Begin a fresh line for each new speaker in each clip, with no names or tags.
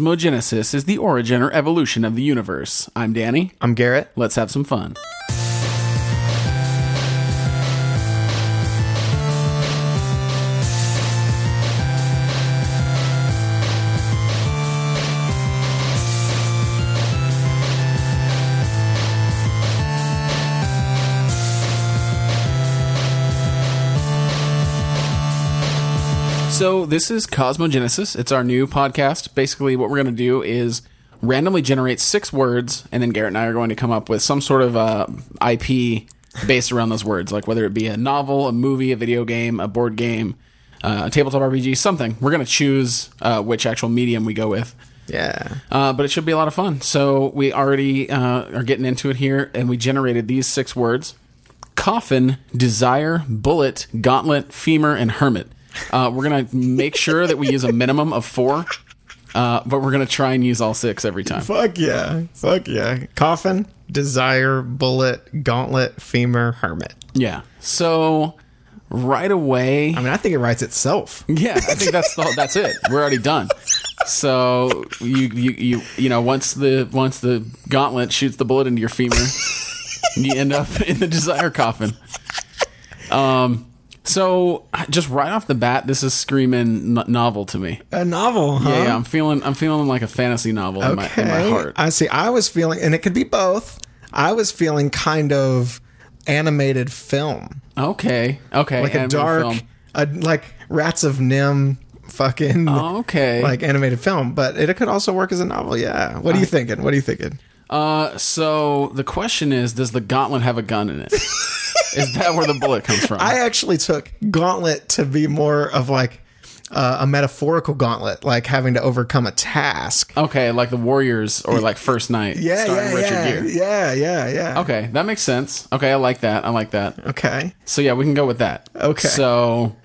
Cosmogenesis is the origin or evolution of the universe. I'm Danny.
I'm Garrett.
Let's have some fun. So this is Cosmogenesis. It's our new podcast. Basically, what we're going to do is randomly generate six words, and then Garrett and I are going to come up with some sort of uh, IP based around those words, like whether it be a novel, a movie, a video game, a board game, uh, a tabletop RPG, something. We're going to choose uh, which actual medium we go with.
Yeah.
Uh, but it should be a lot of fun. So we already uh, are getting into it here, and we generated these six words: coffin, desire, bullet, gauntlet, femur, and hermit. Uh, we're gonna make sure that we use a minimum of four, uh, but we're gonna try and use all six every time.
Fuck yeah. Fuck yeah. Coffin, desire, bullet, gauntlet, femur, hermit.
Yeah. So right away,
I mean, I think it writes itself.
Yeah, I think that's the that's it. We're already done. So you you you you know once the once the gauntlet shoots the bullet into your femur, you end up in the desire coffin. Um. So just right off the bat, this is screaming no- novel to me.
A novel, huh?
Yeah, I'm feeling I'm feeling like a fantasy novel in, my, in my heart.
I see. I was feeling, and it could be both. I was feeling kind of animated film,
Okay. Okay.
like a
animated
dark,
film.
a, like Rats of Nim, fucking
Oh, Okay.
like animated film. But it could also work as a novel. Yeah. What are you thinking? What are you thinking?
Uh, so the question is, does the gauntlet have a gun in it? is that where the bullet comes from?
I actually took gauntlet to be more of like uh, a metaphorical gauntlet, like having to overcome a task.
Okay, like the Warriors or like First Night
Yeah,
starring
yeah,
Richard
yeah,
Gere.
yeah, yeah, yeah.
Okay, that makes sense. Okay, I like that. I like that.
Okay.
So yeah, we can go with that.
Okay.
So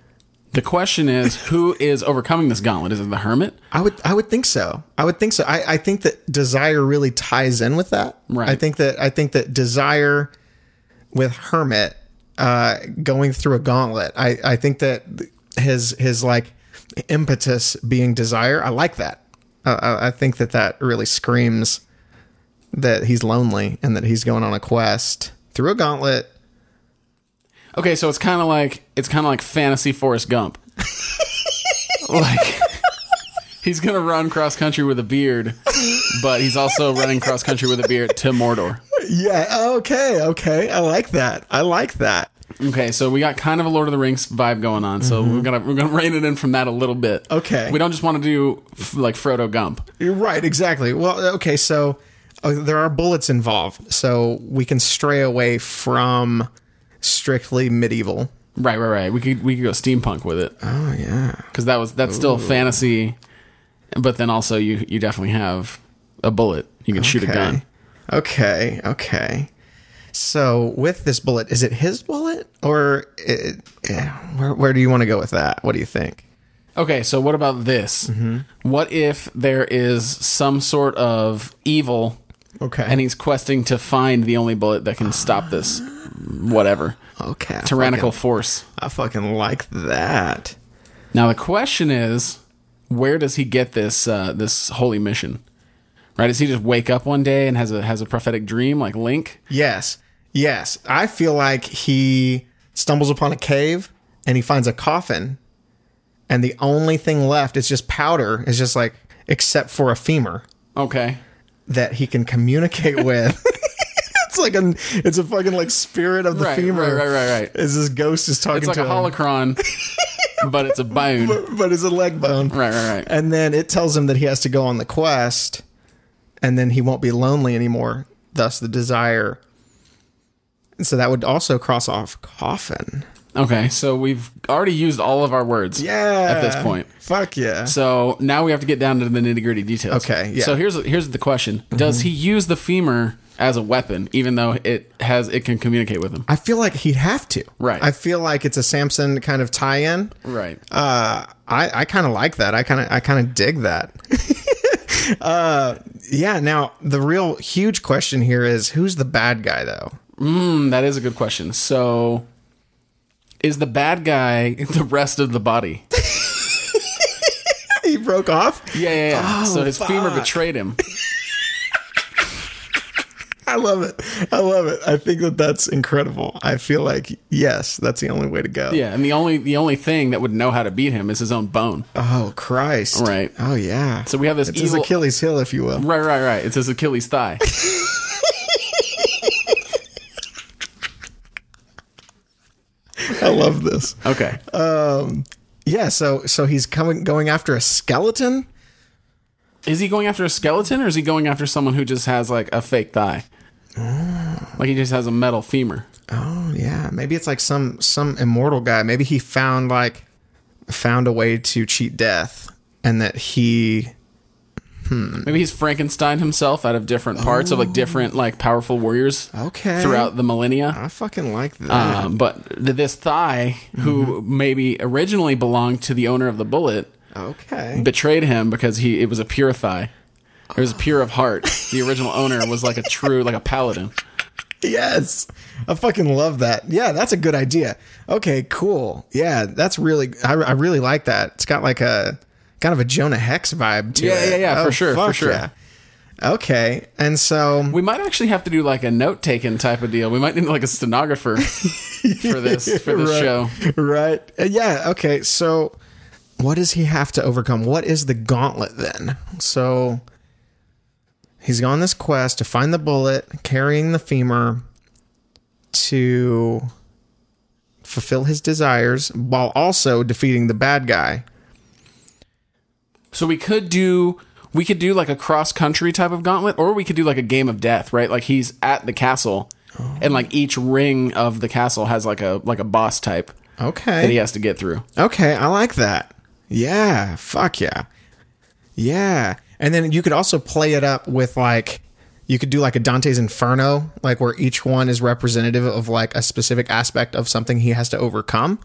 the question is, who is overcoming this gauntlet? Is it the hermit?
I would, I would think so. I would think so. I, I think that desire really ties in with that.
Right.
I think that, I think that desire with hermit uh, going through a gauntlet. I, I think that his, his like impetus being desire. I like that. I- I, I think that that really screams that he's lonely and that he's going on a quest through a gauntlet.
Okay, so it's kind of like it's kind of like fantasy Forrest Gump. like he's gonna run cross country with a beard, but he's also running cross country with a beard to Mordor.
Yeah. Okay. Okay. I like that. I like that.
Okay, so we got kind of a Lord of the Rings vibe going on, so we're gonna we're gonna rein it in from that a little bit.
Okay.
we don't just want to do f- like Frodo Gump.
You're right, exactly. Well, okay, so uh, there are bullets involved, so we can stray away from strictly medieval.
Right, right, right. We could we could go steampunk with it
Oh yeah,
because that was that's still fantasy, but then also you you definitely have a bullet. You can shoot a gun.
Okay, okay. So with this bullet, is it his bullet or it, yeah, where where do you want to go with that? What do you think?
Okay, so what about this? What if there is some sort of evil
Okay,
and he's questing to find the only bullet that can stop this whatever
okay, I
tyrannical force?
fucking- I fucking like that.
Now the question is, where does he get this uh, this holy mission? Right? Does he just wake up one day and has a has a prophetic dream like Link?
Yes. Yes. I feel like he stumbles upon a cave and he finds a coffin and the only thing left is just powder. It's just like except for a femur
Okay.
that he can communicate with. it's like an it's a fucking like spirit of the
Right,
femur.
right, right, right, right.
Is this ghost is talking
It's like
to
a holocron, but it's a bone. Right,
him, but it's a leg bone.
right, right.
And then it tells him that he has to go on the quest and then he won't be lonely anymore, thus the desire. And so that would also cross off coffin.
Okay, so we've already used all of our words.
Yeah.
At this point.
Fuck yeah.
So now we have to get down to the nitty gritty details.
Okay, yeah. Mm-hmm.
So here's here's the question: Does he use the femur as a weapon, even though it has it can communicate with him?
I feel like he'd have to.
Right.
I feel like it's a Samson kind of tie in.
Right.
Uh I, I kinda like that. I kinda I kinda dig that. uh yeah, now the real huge question here is who's the bad guy though?
Hmm, that is a good question. So, is the bad guy the rest of the body?
he broke off.
Yeah, yeah, yeah. so his femur
Oh, fuck.
betrayed him.
I love it. I love it. I think that that's incredible. I feel like yes, that's the only way to go.
Yeah, and the only the only thing that would know how to beat him is his own bone.
Oh Christ!
Right.
Oh yeah.
So we have this
it's his
evil-
Achilles heel, if you will.
Right, right, right. It's his Achilles thigh.
I love this.
Okay.
Yeah. So so he's coming going after a skeleton.
Is he going after a skeleton or is he going after someone who just has like a fake thigh?
Ah.
Like he just has a metal femur.
Oh yeah. Maybe it's like some some immortal guy. Maybe he found like found a way to cheat death, and that he
Maybe he's Frankenstein himself out of different parts of like different like powerful warriors
okay
throughout the millennia.
I fucking like that.
Um, but th- this thigh, who maybe originally belonged to the owner of the bullet,
okay.
betrayed him because he it was a pure thigh. It was pure of heart. The original owner was like a true like a paladin.
Yes. I fucking love that. Yeah, that's a good idea. Okay, cool. Yeah, that's really I, I really like that. It's got like a kind of a Jonah Hex vibe to
Yeah,
it. Oh,
yeah, yeah, for sure, for
fuck
sure.
Okay. And so
We might actually have to do like a note taking type of deal. We might need like a stenographer for this for this
right,
show.
Right. Uh, Yeah, okay. So what does he have to overcome? What is the gauntlet then? So he's on this quest to find the bullet, carrying the femur to fulfill his desires while also defeating the bad guy.
So we could do we could do like a cross country type of gauntlet, or we could do like a game of death, right? Like he's at the castle, and like each ring of the castle has like a like a boss type that he
Okay.
has to get through.
Okay, I like that. Yeah, fuck yeah. Yeah. And then you could also play it up with like you could do like a Dante's Inferno, like where each one is representative of like a specific aspect of something he has to overcome.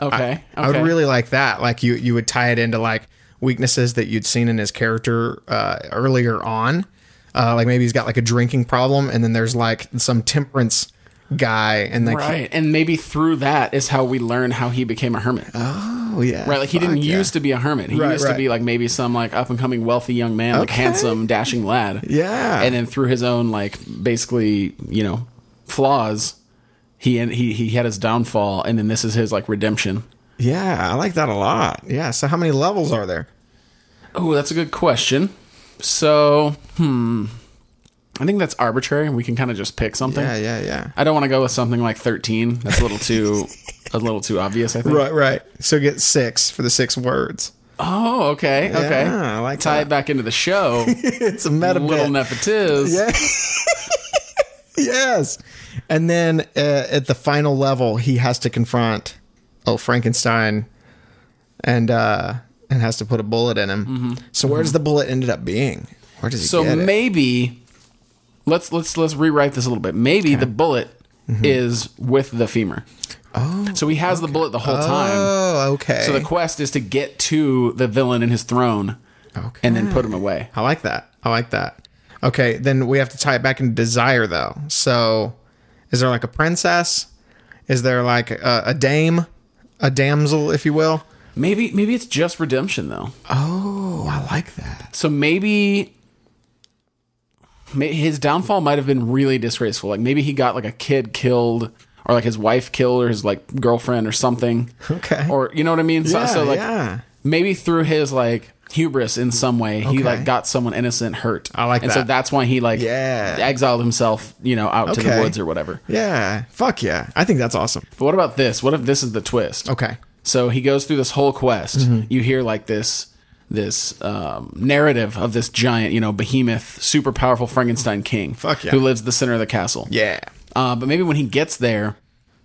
Okay,
I
okay.
would really like that. Like you you would tie it into like weaknesses that you'd seen in his character uh, earlier on. Uh, like maybe he's got like a drinking problem, and then there's like some temperance guy, and like
right, and maybe through that is how we learn how he became a hermit. Uh,
oh yeah,
Right, like he didn't
fuck yeah.
used to be a hermit. He
Right,
used to
right.
be like maybe some like up and coming wealthy young man, like
Okay.
handsome, dashing lad.
Yeah.
And then through his own like basically, you know, flaws, he and he he had his downfall and then this is his like redemption.
Yeah, I like that a lot. Yeah. So how many levels are there?
Oh, that's a good question. So, hmm. I think that's arbitrary. We can kind of just pick something.
Yeah, yeah, yeah.
I don't want to go with something like 13. That's a little too a little too obvious, I think.
Right, right. So get six for the six words.
Oh, okay. Okay.
I like
Tie it
that.
back into the show.
It's a meta
little
bit.
nepotiz.
Yeah. yes. And then uh, at the final level, he has to confront oh Frankenstein, and uh, and has to put a bullet in him. So where does the bullet ended up being? Where does he
So
get it?
maybe let's let's let's rewrite this a little bit. Maybe the bullet
Mm-hmm.
is with the femur. Oh, so he has the bullet the whole time.
Oh, okay.
So the quest is to get to the villain in his throne
okay.
and then put him away.
I like that. I like that. Okay, then we have to tie it back into desire though. So is there like a princess? Is there like a, a dame, a damsel, if you will?
Maybe maybe it's just redemption though.
Oh, I like that.
So maybe may- his downfall might have been really disgraceful. Like maybe he got like a kid killed or like his wife killed or his like girlfriend or something.
Okay.
Or you know what I mean? So,
Yeah,
so like
yeah.
maybe through his like hubris in some way, he
Okay.
like got someone innocent hurt.
I like
and so
that.
that's why he like
Yeah.
exiled himself, you know, out to the
Okay.
woods or whatever.
Yeah. Fuck yeah. I think that's awesome.
But what about this? What if this is the twist?
Okay. Mm-hmm.
So he goes through this whole quest. You hear like this this um, narrative of this giant, you know, behemoth, super powerful Frankenstein king,
Fuck yeah.
who lives at the center of the castle.
Yeah.
Uh, but maybe when he gets there,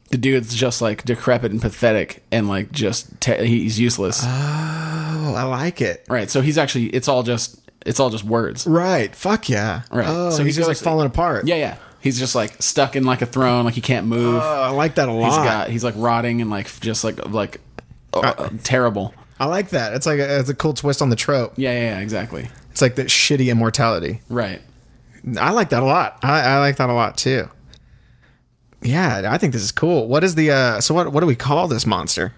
the dude's just like decrepit and pathetic, and like just te- he's
Uh,
useless.
Oh, I like it.
right. So he's actually it's all just it's all just words.
Right. Fuck yeah.
Right.
Oh,
So
so
he
he's just like
goes-
falling apart.
Yeah, yeah. He's just like stuck in like a throne, like he can't move.
Oh, I like that a lot.
he's got he's like rotting and like just like like uh, uh, terrible.
I like that. It's like a, it's a cool twist on the trope.
Yeah, yeah, yeah, exactly.
It's like that shitty immortality.
Right.
I like that a lot. I, I like that a lot too. Yeah, I think this is cool. What is the uh so what what do we call this monster?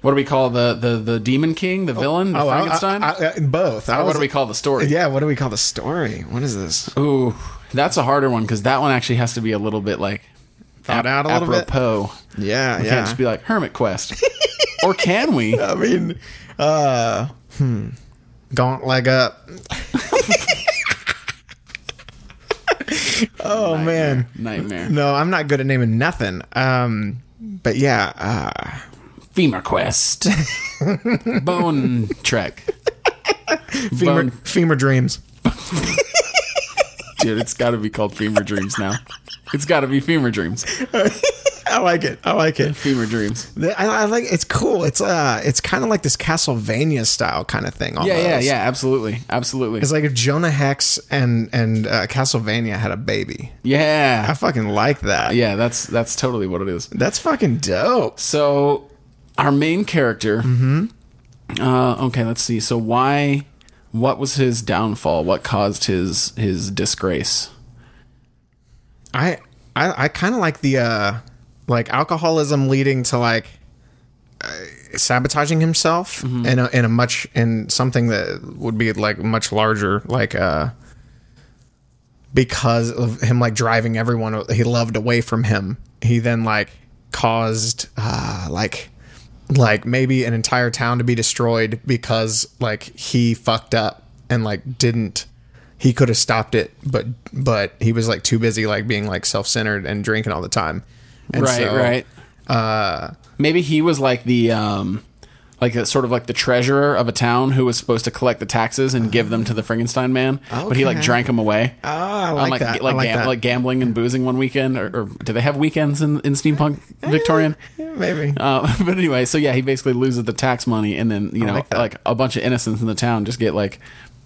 What do we call the the the demon king, the villain, the
Oh, I-
Frankenstein?
I, I, I, both. I
Or what
was-
do we call the story?
Yeah, what do we call the story? What is this?
Ooh, that's a harder one because that one actually has to be a little bit like
Thought out a little bit.
apropos.
Yeah,
We
yeah.
can't just be like hermit quest, or can we?
I mean, uh, hmm. Gaunt leg up. oh man,
Nightmare,
no, I'm not good at naming nothing. Um, but yeah, uh,
femur quest, bone trek.
femur,
Bone-
femur dreams.
dude, it's got to be called femur dreams now. It's got to be femur dreams.
I like it. I like it.
Femur dreams.
I, I like it's cool. It's uh, it's kind of like this Castlevania style kind of thing. Almost.
Yeah, yeah, yeah. Absolutely, absolutely.
It's like if Jonah Hex and and uh, Castlevania had a baby. I
Yeah,
fucking like that.
yeah. That's that's totally what it is.
That's fucking dope.
So, our main character. Uh, okay, let's see. So, why? What was his downfall? What caused his his disgrace?
I I, I kind of like the uh like alcoholism leading to like uh, sabotaging himself
Mm-hmm.
in a in a much in something that would be like much larger like uh because of him like driving everyone he loved away from him he then like caused uh like like maybe an entire town to be destroyed because like he fucked up and like didn't he could have stopped it but but he was like too busy like being like self-centered and drinking all the time And
right,
so-
right. Uh, Maybe he was like the um, like a, sort of like the treasurer of a town who was supposed to collect the taxes and give them to the Frankenstein man, but he like
Okay.
drank them away.
oh i like,
on like
that
ga- like,
I like
gam-
that
like gambling and boozing one weekend, or, or do they have weekends in, in steampunk
Eh.
Victorian?
Yeah, maybe
Uh, but anyway, so yeah, he basically loses the tax money, and then you know,
like
like,
that.
a bunch of innocents in the town just get like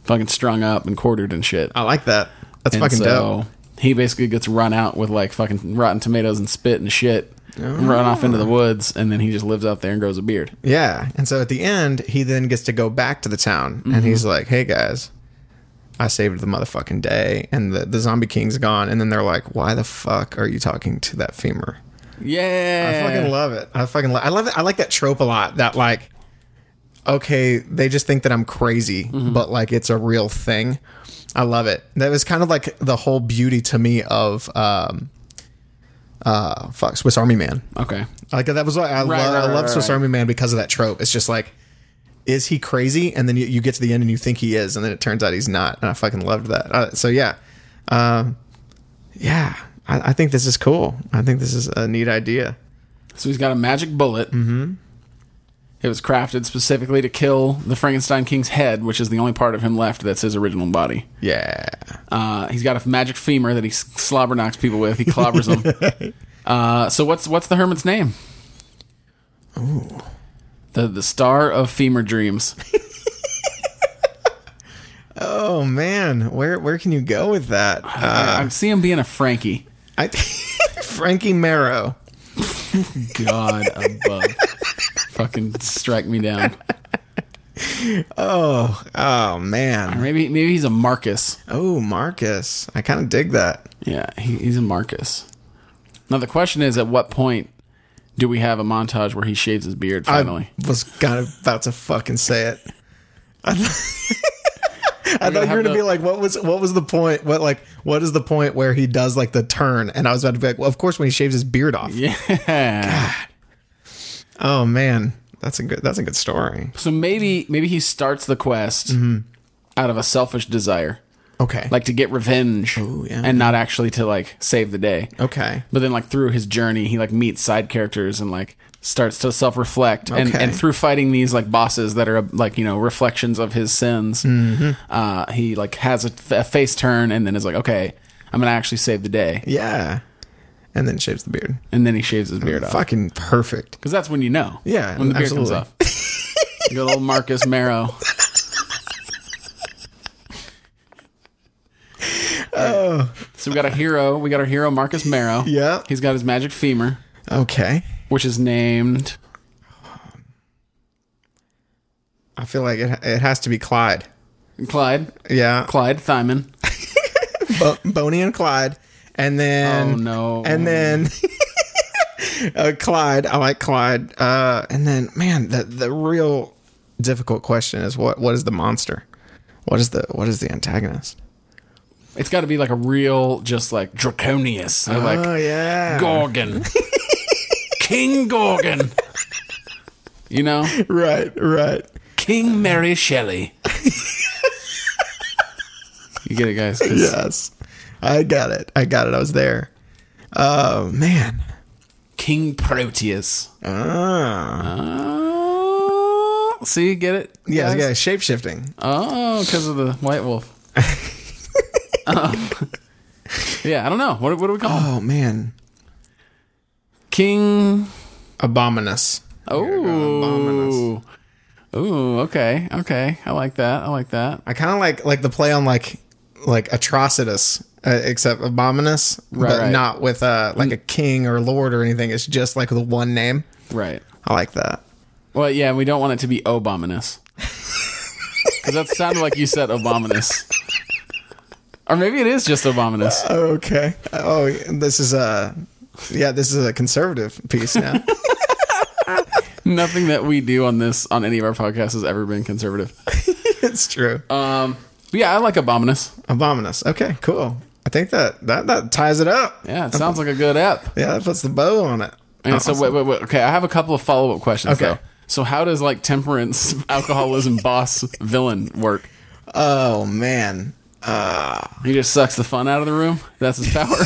fucking strung up and quartered and shit.
i like that that's
and
fucking dope
He basically gets run out with like fucking rotten tomatoes and spit and shit, and run off into the woods, and then he just lives out there and grows a beard.
Yeah. And so at the end, he then gets to go back to the town and
Mm-hmm.
he's like, hey guys, I saved the motherfucking day. And the, the zombie king's gone. And then they're like, why the fuck are you talking to that femur? I
Yeah,
fucking love it. I fucking lo- I love it. I like that trope a lot that like, okay, they just think that I'm crazy,
Mm-hmm.
but like it's a real thing. I love it. That was kind of like the whole beauty to me of, um, uh, fuck, Swiss Army Man.
okay,
Like that was why
Right,
I, love,
right,
I
right,
love
right,
Swiss
right.
Army Man because of that trope. It's just like, is he crazy? And then you, you get to the end and you think he is, and then it turns out he's not. And I fucking loved that. Uh, so yeah, um, yeah, I, I think this is cool. I think this is a neat idea.
so he's got a magic bullet. Mm-hmm. It was crafted specifically to kill the Frankenstein King's head, which is the only part of him left that's his original body.
Yeah,
Uh, he's got a magic femur that he s- slobber knocks people with. He clobbers them. uh, so what's what's the hermit's name? Ooh. The the star of femur dreams.
Oh man, where where can you go with that? Uh,
I, I see him being a Frankie.
I, Frankie Marrow.
God above. Fucking strike me down.
Oh, oh man.
Maybe maybe he's a Marcus.
Oh, Marcus. I kind of dig that.
Yeah, he, he's a Marcus. Now the question is, at what point do we have a montage where he shaves his beard finally?
I was kind of about to fucking say it. I th- I thought you
have
were gonna
to-
be like, what was what was the point? What like what is the point where he does like the turn? And I was about to be like, well, of course when he shaves his beard off.
yeah.
Oh man, that's a good that's a good story.
So maybe maybe he starts the quest out of a selfish desire.
Okay,
like to get revenge
yeah.
and not actually to like save the day.
okay,
But then like through his journey, he like meets side characters and like starts to self reflect and,
Okay.
and through fighting these like bosses that are like you know reflections of his sins,
Mm-hmm.
uh, he like has a, f- a face turn and then is like, okay, I'm gonna actually save the day,
yeah, and then shaves the beard.
and then he shaves his beard off
Fucking perfect.
because that's when you know,
Yeah,
when the beard
absolutely.
comes off. Good old Marcus Marrow. So we got a hero. We got our hero, Marcus Marrow.
Oh. Yeah.
He's got his magic femur,
Okay,
which is named.
I feel like it it has to be Clyde.
Clyde.
Yeah,
Clyde Thyman. Um,
Bo- Boney and Clyde, and then
Oh, no.
and then uh, Clyde. I like Clyde. Uh, and then, man, the the real difficult question is what what is the monster? What is the what is the antagonist?
It's got to be like a real, just like draconius, or like
yeah,
Gorgon, King Gorgon. You know,
right, right.
King Mary Shelley. you get it, guys? 'Cause
Yes, I got it. I got it. I was there. Oh man.
King Proteus.
Ah.
Oh, see, get it?
Yeah,
guys?
yeah. Shape shifting.
Oh, because of the white wolf. Um, yeah, I don't know. What, what do we call him?
Oh man,
King?
abominous.
Oh, oh, okay, okay. I like that. I like that.
I kind of like like the play on like like atrocitus, uh, except abominous, but
right. Mm.
not with uh like a king or lord or anything. It's just like the one name.
Right.
I like that.
Well, yeah, we don't want it to be obominous. Because that sounded like you said obominous. Or maybe it is just obominous.
Okay. Oh, this is a yeah, this is a conservative piece now.
Nothing that we do on this on any of our podcasts has ever been conservative.
it's true.
Um, but yeah, I like obominous.
abominous. Uh, Okay, cool. I think that that that ties it up.
Yeah, it sounds like a good app.
Yeah, that puts the bow on it. Uh,
And so wait, wait, wait. Okay, I have a couple of follow up questions.
Okay.
Though. So how does like temperance, alcoholism, boss, villain work?
Oh man.
He just sucks the fun out of the room. That's his power.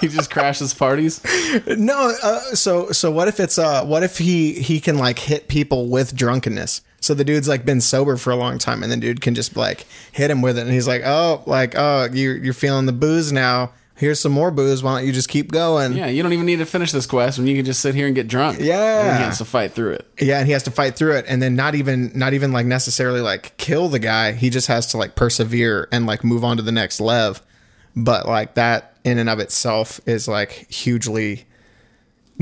he just crashes parties.
No, uh, so so what if it's uh what if he he can like hit people with drunkenness? So the dude's like been sober for a long time, and the dude can just like hit him with it, and he's like, oh, like oh, you you're feeling the booze now. Here's some more booze. Why don't you just keep going?
Yeah, you don't even need to finish this quest when you can just sit here and get drunk.
Yeah.
And he has to fight through it.
Yeah, and he has to fight through it, and then not even not even like necessarily like kill the guy. He just has to like persevere and like move on to the next lev. But like that in and of itself is like hugely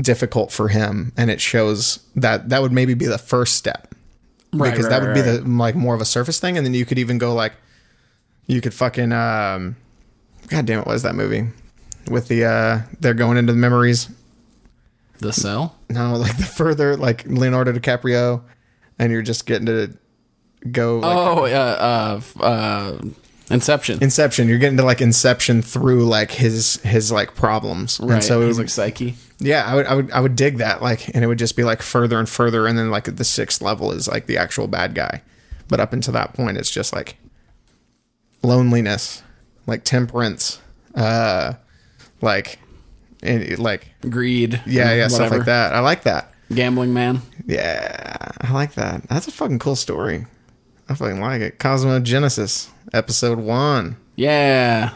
difficult for him, and it shows that that would maybe be the first step
Right.
because that would be the like more of a surface thing, and then you could even go like you could fucking um, god damn it, what is that movie with the uh they're going into the memories
the cell.
no, like the further, like Leonardo DiCaprio, and you're just getting to go like
Oh, uh, uh, f- uh, Inception.
Inception. You're getting to like Inception through like his his like problems,
right.
and so it
he's
was
like Psyche.
yeah, I would I would I would dig that like, and it would just be like further and further, and then like the sixth level is like the actual bad guy, but up until that point, it's just like loneliness, like temperance, uh, like, and like
Greed.
yeah, yeah,
whatever.
stuff like that. I like that.
Gambling man.
Yeah, I like that. That's a fucking cool story. I fucking like it. Cosmogenesis, episode one.
Yeah.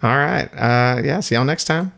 All right. Uh, yeah, see y'all next time.